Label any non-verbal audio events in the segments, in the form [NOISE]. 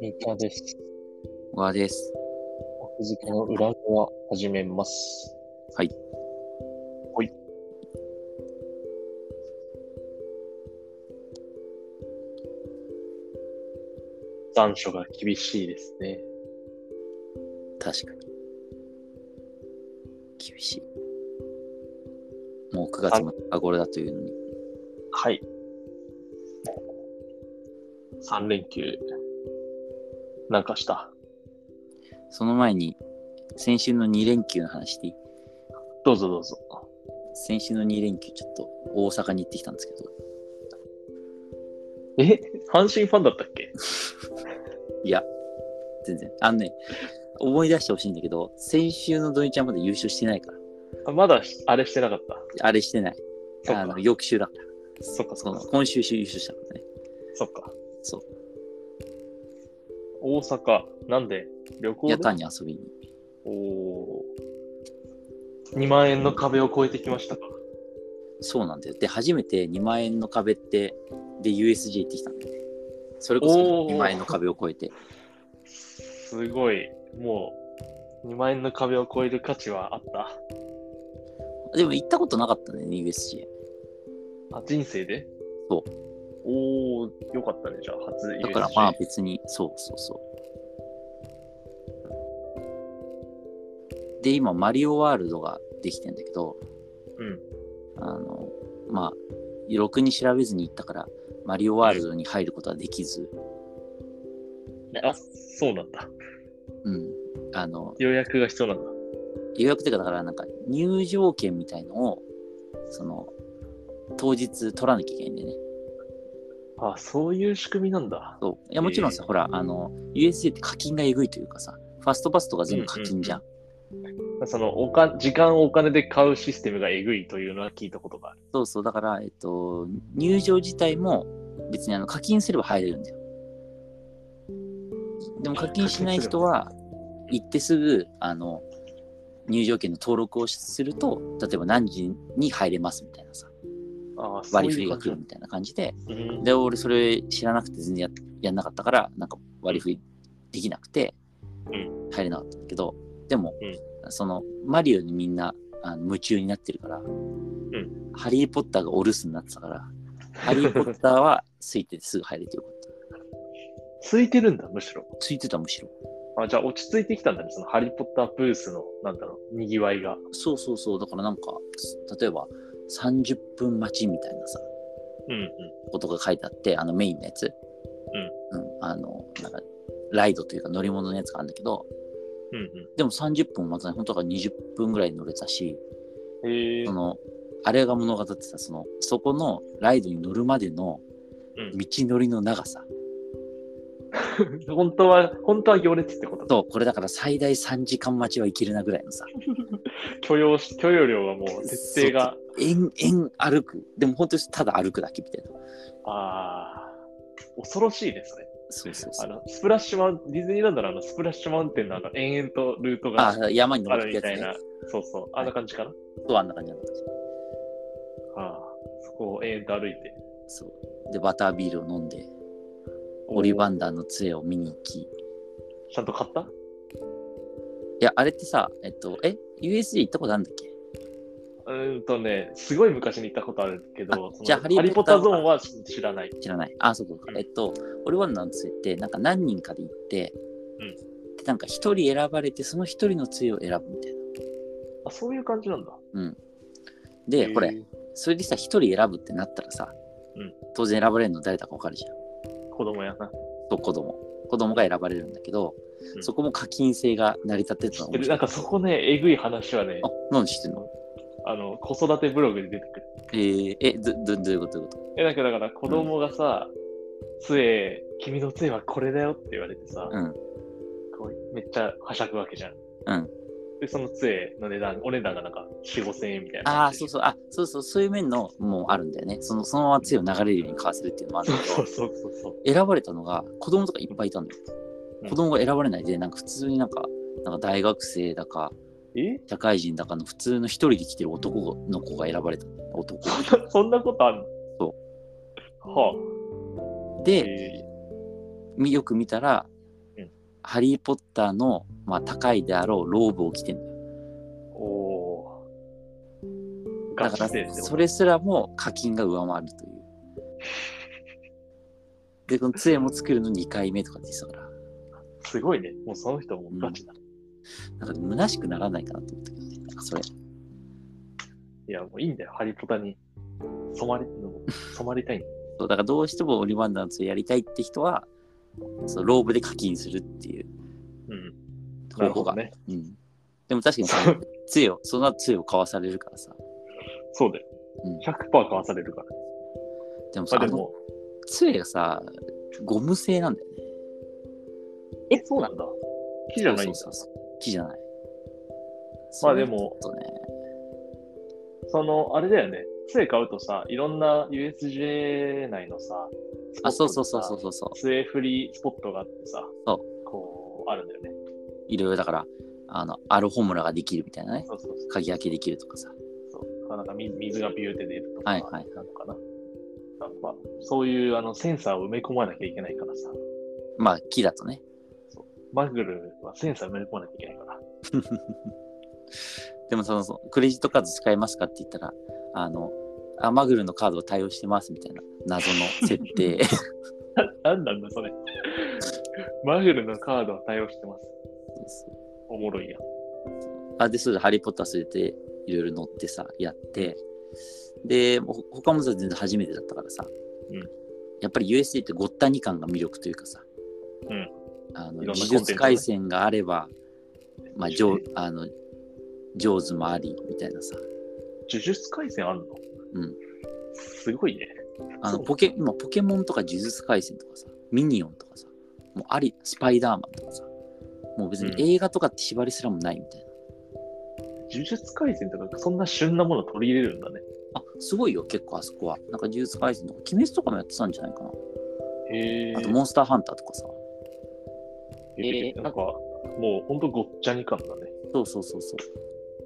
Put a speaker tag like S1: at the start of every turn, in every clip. S1: 三田です。
S2: わです。
S1: 奥付けの裏側始めます。
S2: はい。
S1: はい。残暑が厳しいですね。
S2: 確かに。厳しい。もう9月も中頃だというのに。
S1: はい。3連休、なんかした。
S2: その前に、先週の2連休の話でいい
S1: どうぞどうぞ。
S2: 先週の2連休、ちょっと大阪に行ってきたんですけど。
S1: え阪神ファンだったっけ
S2: いや、全然。あのね、思い出してほしいんだけど、先週の土日はまだ優勝してないから。
S1: あまだあれしてなかった。
S2: あれしてない。
S1: そっ
S2: あ
S1: か
S2: の、翌週だから。
S1: そっかそ
S2: そ
S1: っ
S2: の
S1: か
S2: 今週優勝したからね。
S1: そっか。
S2: そう。
S1: 大阪、なんで旅行で
S2: 夜間に遊びに。
S1: おお。2万円の壁を超えてきましたか。
S2: そうなんだよ。で、初めて2万円の壁って、で、USJ 行ってきたんだよね。それこそ
S1: おー
S2: 2万円の壁を超えて。
S1: すごい、もう、2万円の壁を超える価値はあった。
S2: でも行ったことなかったね、USJ。
S1: あ、人生で。
S2: そう
S1: おお、よかったね、じゃあ、初
S2: だからまあ
S1: USJ
S2: 別に、そうそうそう。で、今、マリオワールドができてんだけど、
S1: うん。
S2: あの、まあ、ろくに調べずに行ったから、マリオワールドに入ることはできず、
S1: あ、そうなんだ。
S2: うん。あの、
S1: 予約が必要なんだ。
S2: 予約っていうか、だからなんか入場券みたいのを、その、当日取らなきゃいけないんでね。
S1: あ、そういう仕組みなんだ。
S2: そういやもちろんさ、ほら、あの、USJ って課金がえぐいというかさ、ファストパスとか全部課金じゃん。
S1: そのおか、時間をお金で買うシステムがえぐいというのは聞いたことがある。
S2: そうそう、だから、えっと、入場自体も別にあの課金すれば入れるんだよ。でも課金しない人は、行ってすぐ、あの、入場券の登録をすると、例えば何時に入れますみたいなさ、
S1: あーそう
S2: 割り
S1: い
S2: 振り
S1: う
S2: が
S1: 感じ
S2: 来
S1: な
S2: る
S1: ん
S2: みたいな感じ
S1: だ
S2: で、
S1: うん
S2: で、俺それ知らなくて全然ややんなかったから、なんか割り振りできなくて
S1: う、
S2: 入れなかったんだけど、でも、
S1: うん
S2: その、マリオにみんなあの夢中になってるから、ハリー・ポッターがお留守になってたから、ハリー・ポッターはついててすぐ入れてよかった。
S1: 空いてるんだ、むしろ。
S2: ついてたむしろ。
S1: あじゃあ落ち着いてきたんだね、そのハリー・ポッターブースの、なんだろう、にぎわいが。
S2: そうそうそう、だからなんか、例えば30分待ちみたいなさ、
S1: うんうん。
S2: ことが書いてあって、あのメインのやつ。うん。あの、なんか、ライドというか乗り物のやつがあるんだけど、
S1: うん
S2: でも30分待たない、本当だから20分ぐらい乗れたし、
S1: うん。へえ
S2: そ。の、あれが物語ってた、その、そこのライドに乗るまでの
S1: うん
S2: 道のりの長さ。
S1: 本当は、本当は行列ってこと
S2: と、これだから最大3時間待ちはいけるなぐらいのさ、
S1: 許容し、許容量がもう、設定が。
S2: 延々歩く。でも本当にただ歩くだけみたいな。
S1: ああ。恐ろしいですね。
S2: そうそう
S1: あ
S2: そう。
S1: の、スプラッシュマウン、ディズニーランドのあの、スプラッシュマウンテンのあの、延々とルートが
S2: あ
S1: あ
S2: 山に登っ
S1: るみ
S2: てく
S1: た
S2: や
S1: い
S2: つ
S1: な
S2: ね。。
S1: そうそう、あんな感じかな。
S2: そう、あんな感じあんな感じ。
S1: ああ。そこを延々と歩いて。
S2: そう。で、バタービールを飲んで、オリバンダーの杖を見に行き。い
S1: ちゃんと買った
S2: や、あれってさ、えっと、え、USJ 行ったことあるんだっけ
S1: うーんとね、すごい昔に行ったことあるけど、
S2: あ
S1: その
S2: じゃあ
S1: ハ
S2: ハ
S1: リ
S2: リ
S1: ー・ポ
S2: ーポ
S1: ッ
S2: ッ
S1: タ
S2: ター
S1: ーゾーンは知らない。
S2: 知らない。あ、そうかそうか。えっと、オリバンダーの杖って、なんか何人かで行って、
S1: うん
S2: で、なんか一人選ばれて、その一人の杖を選ぶみたいな。
S1: あ、そういう感じなんだ。へ
S2: で、
S1: ー
S2: ほれ、。それでさ、一人選ぶってなったらさ、
S1: うん
S2: 当然選ばれるの誰だかわかるじゃん。
S1: 子供やな。
S2: と子供子供が選ばれるんだけど、
S1: うん
S2: そこも課金制が成り立ってたの
S1: でなんかそこね、えぐい話はね
S2: あ、何してんの
S1: あの、子育てブログで出てくる。
S2: えー、えどどどういうことどういうこと
S1: え、なんかだから子供がさ、杖、君の杖はこれだよって言われてさ、
S2: うん
S1: こうめっちゃはしゃぐわけじゃん。
S2: うん
S1: で、その杖の値段、お値段がなんか4、5千円みたいな
S2: あ
S1: 感
S2: あ
S1: じ
S2: そ
S1: で。
S2: うそうあそうそうそういう面のもうあるんだよねそのそのまま杖を流れるように買わせるっていうのもあるんだけ
S1: そう
S2: ど
S1: そうそうそう。
S2: 選ばれたのが子供とかいっぱいいたんだよ、
S1: うん
S2: 子供が選ばれないでなんか普通になんかなんか大学生だか
S1: え [LAUGHS]
S2: 社会人だからの普通の一人で来てる男の子が選ばれた男
S1: そんなそんなことある。
S2: そう
S1: はあ。
S2: で、
S1: え
S2: みよく見たら、
S1: うん
S2: ハリー・ポッターの、まあ、高いであろうローブを着てんだよ
S1: ー、おー。ガ
S2: だか
S1: チ勢って
S2: ら
S1: こと
S2: それすらも課金が上回るというでこの杖も作るの2回目とかって言ってたから
S1: すごいね。もうその人もガチだ。
S2: なんか虚しくならないかなと思ったけどねなんかそれ
S1: いや、もういいんだよ。ハリポタに染まり、染まりたいんだ
S2: [LAUGHS]
S1: よ。
S2: そうだからどうしてもオリバンダーの杖やりたいって人はそのローブで課金するっていう
S1: うん。な
S2: 方
S1: るほ
S2: 法
S1: ど
S2: が、
S1: ね。
S2: うん、でも確かにさ杖をその後杖を買わされるからさ
S1: そうだよ
S2: うん。
S1: 100%買わされるから。
S2: でもさ
S1: まあ
S2: あ
S1: で
S2: の
S1: も、
S2: 杖がさゴム製なんだよね
S1: え、そうなんだ。木じゃないんだ。
S2: そうそうそう木じゃない。
S1: まあでも
S2: そうね、
S1: その、あれだよね。杖買うとさ、いろんな USJ 内のさ、。
S2: あ、そうそうそうそううそうそう。
S1: 杖フリースポットがあってさ、
S2: そ
S1: こう、あるんだよね。
S2: いろいろだから、あの、アルホムラができるみたいなね。
S1: そうそうそう。
S2: 鍵開けできるとかさ。
S1: そうなんか水水がビューって出るとか、
S2: はいはい
S1: なのかな。なんかそういうあのセンサーを埋め込まなきゃいけないからさ、
S2: まあ、木だとね。
S1: マグルはセンサー埋め込まなきゃいけないから。
S2: でもその、そのクレジットカード使えますかって言ったら、あの、アマグルのカードを対応してますみたいな謎の設
S1: [LAUGHS]
S2: 定。
S1: なんなんだそれ。マグルのカードは対応してます。おもろいやん。
S2: あ、で、それでハリー・ポッターそれでいろいろ乗ってさ、やって。で、もう他もさ、全然初めてだったからさ。
S1: うん
S2: やっぱり USJ ってごったに感が魅力というかさ。
S1: うん
S2: あの、
S1: いろんなコンテンツね
S2: 技術回線があれば、まあ、上
S1: 呪、
S2: あの、上手もあり、みたいなさ。
S1: 術回戦あるの
S2: うん。
S1: すごいね。
S2: あ
S1: そ
S2: の、
S1: う
S2: ポケ、今、ポケモンとか呪術回戦とかさ、ミニオンとかさ、もうあり、スパイダーマンとかさ。もう別に
S1: うん
S2: 映画とかって縛りすらもないみたいな。
S1: 呪術回戦とかそんな旬なもの取り入れるんだね。
S2: あ、すごいよ、結構あそこは。なんか呪術回戦とか、鬼滅とかもやってたんじゃないかな。
S1: へえ。
S2: あとモンスターハンターとかさ。
S1: えーなんか、もうほんとごっちゃに感だね。
S2: そうそうそうそ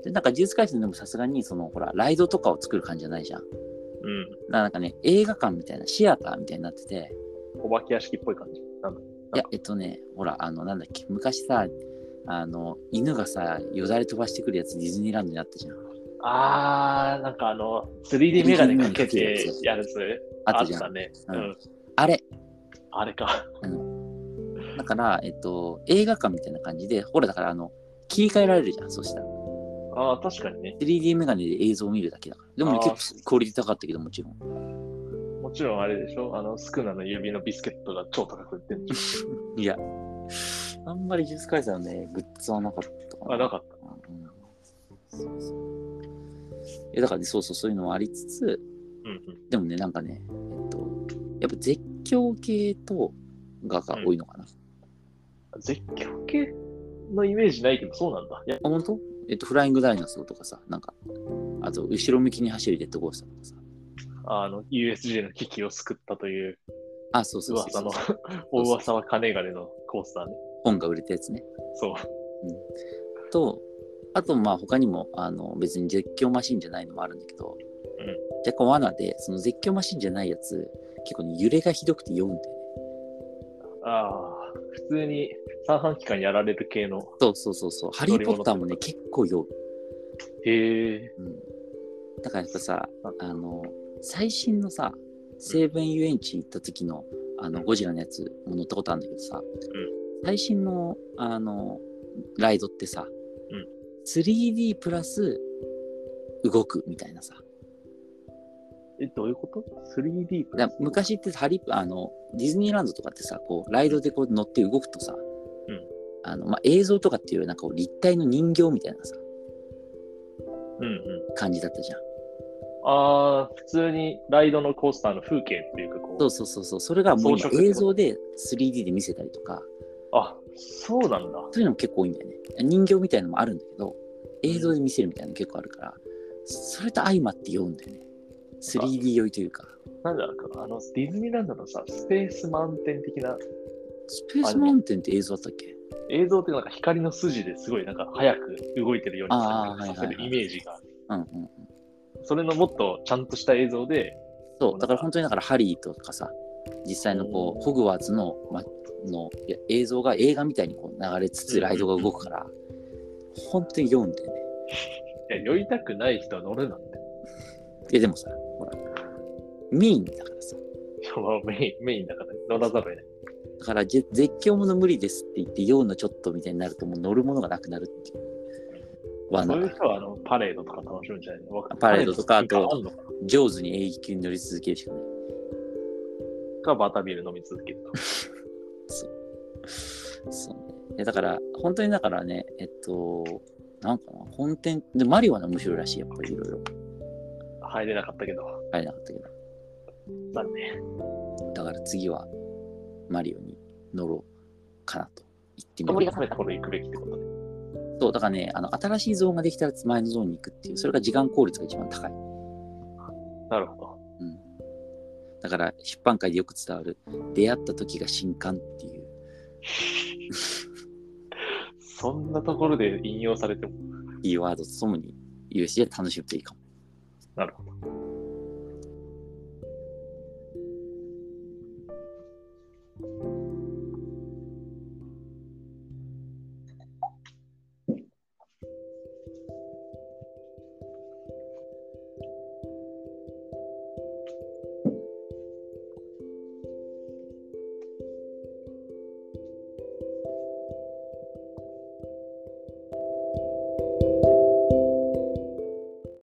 S2: う。で、なんか呪術廻戦でもさすがに、その、ほら、ライドとかを作る感じじゃないじゃん。
S1: う
S2: ななんかね、映画館みたいな、シアターみたいになってて、
S1: ん。お化け屋敷っぽい感じ。なんだ
S2: いや、えっとね、ほら、あの、なんだっけ、昔さ、あの、犬がさ、よだれ飛ばしてくるやつ、ディズニーランドにあったじゃん。
S1: あー、なんかあの、3D メガネかけてやるやつ
S2: あっ
S1: あ
S2: た
S1: っ
S2: じゃん。
S1: たね。
S2: う
S1: うんん。
S2: あれ。
S1: あれか。
S2: だから、えっと、映画館みたいな感じで、ほら、だから、あの、切り替えられるじゃん、そしたら。
S1: あー、確かにね。
S2: 3D メガネで映像を見るだけだから。でも、
S1: あー
S2: 結構クオリティ高かったけど、もちろん。
S1: もちろんあれでしょあの、スクナの指のビスケットが超高く売ってんじ
S2: いや、あんまり呪術廻戦のね、グッズはなかったか
S1: ゃん。あ、なかった。
S2: うんそうそういやだからね、そうそう、そういうのもありつつ、
S1: うんうん。
S2: でもね、なんかね、えっと、やっぱ絶叫系とがが多いのかな。
S1: 絶叫系のイメージないけど、そうなんだ。いや、
S2: あ、本当？えっと、フライングダイナソーとかさ、なんか、あと、後ろ向きに走るデッドゴーストとかさ。
S1: あの、USJ の危機を救ったという
S2: あ、そうそうそうそ
S1: 噂
S2: う
S1: の、 [LAUGHS] お噂は金金のコースターね。
S2: 本が売れたやつね。
S1: そう。
S2: と、あと、まあ、他にも、あの、別に絶叫マシンじゃないのもあるんだけど、
S1: うん
S2: 若干罠で、その絶叫マシンじゃないやつ、結構ね、揺れがひどくて酔うんだよね。
S1: ああ、普通に三半規管やられる系の。
S2: そうそうそうそう。ハリ
S1: 乗
S2: ー・
S1: り
S2: ポ
S1: 物
S2: ッターもね、結構酔う。
S1: へえ。
S2: うん、だからやっぱさ、あの、最新のさ、西武園遊園地行った時の、あの、ゴジラのやつも乗ったことあるんだけどさ、最新の、あの、ライドってさ、
S1: うん
S2: 3D プラス動くみたいなさ、
S1: え、どういうこと ?3D プ
S2: だ
S1: ラス
S2: から昔ってハリあのディズニーランドとかってさこうライドでこう乗って動くとさ、
S1: うん
S2: あのまあ、映像とかっていうよりなんかこう立体の人形みたいなさ
S1: うんうん。
S2: 感じだったじゃん
S1: ああ、普通にライドのコースターの風景っていうか、こう。
S2: そうそうそうそうそれがもう
S1: 装
S2: 今
S1: 飾
S2: 映像で 3D で見せたりとか
S1: あ、そうなんだ。
S2: そういうのも結構多いんだよね人形みたいのもあるんだけど映像で見せるみたいなの結構あるからそれと相まって酔うんだよね 3D 酔いというか
S1: なんだろうあの、ディズニーランドのさ、スペースマウンテン的な、
S2: スペースマウンテンって映像だったっけ
S1: 映像ってなんか光の筋ですごいなんか早く動いてるように
S2: あー
S1: させ
S2: はいはい
S1: る
S2: はい
S1: イメージがある、
S2: うんうん、
S1: それのもっとちゃんとした映像で、
S2: そう、だから本当にだからハリーとかさ、実際のこ
S1: うん
S2: う、ホグワーツの,、ま、のいや映像が映画みたいにこう流れつつライドが動くから、本当に読んでね。
S1: いや、酔いたくない人は乗るなんて。
S2: いやでもさ、ほら、メインだからさ、
S1: いやまあメイン、 [LAUGHS] メインだから乗らざるを得ない。
S2: だからぜ絶叫もの無理ですって言って、酔うのちょっとみたいになると、もう乗るものがなくなるっていう。
S1: そうい
S2: 罠
S1: う人はあのパレードとか楽しむんじゃないのわか
S2: パレードとか
S1: パレード
S2: あと
S1: あんのか
S2: 上手に永久に乗り続けるしかない。
S1: かバタビール飲み続けるとか。
S2: そうね。いやだから、本当にだからね、えっと、なんかな、本店、で、マリオはね面白いらしい、やっぱりいろいろ。
S1: 入れなかったけど、
S2: あれなかったけど。
S1: 残念。
S2: だから次は、マリオに乗ろうかなと。行ってみ
S1: 煙が
S2: よ
S1: 冷
S2: う。
S1: めた頃行くべきってことね。
S2: そう、だからね、あの、新しいゾーンができたら前のゾーンに行くっていう、それが時間効率が一番高い。
S1: なるほど。
S2: だから、出版界でよく伝わる、出会った時が新刊っていう。
S1: そんなところで引用されても、
S2: キーワードとともに USJ 楽しむといいかも。
S1: なるほど。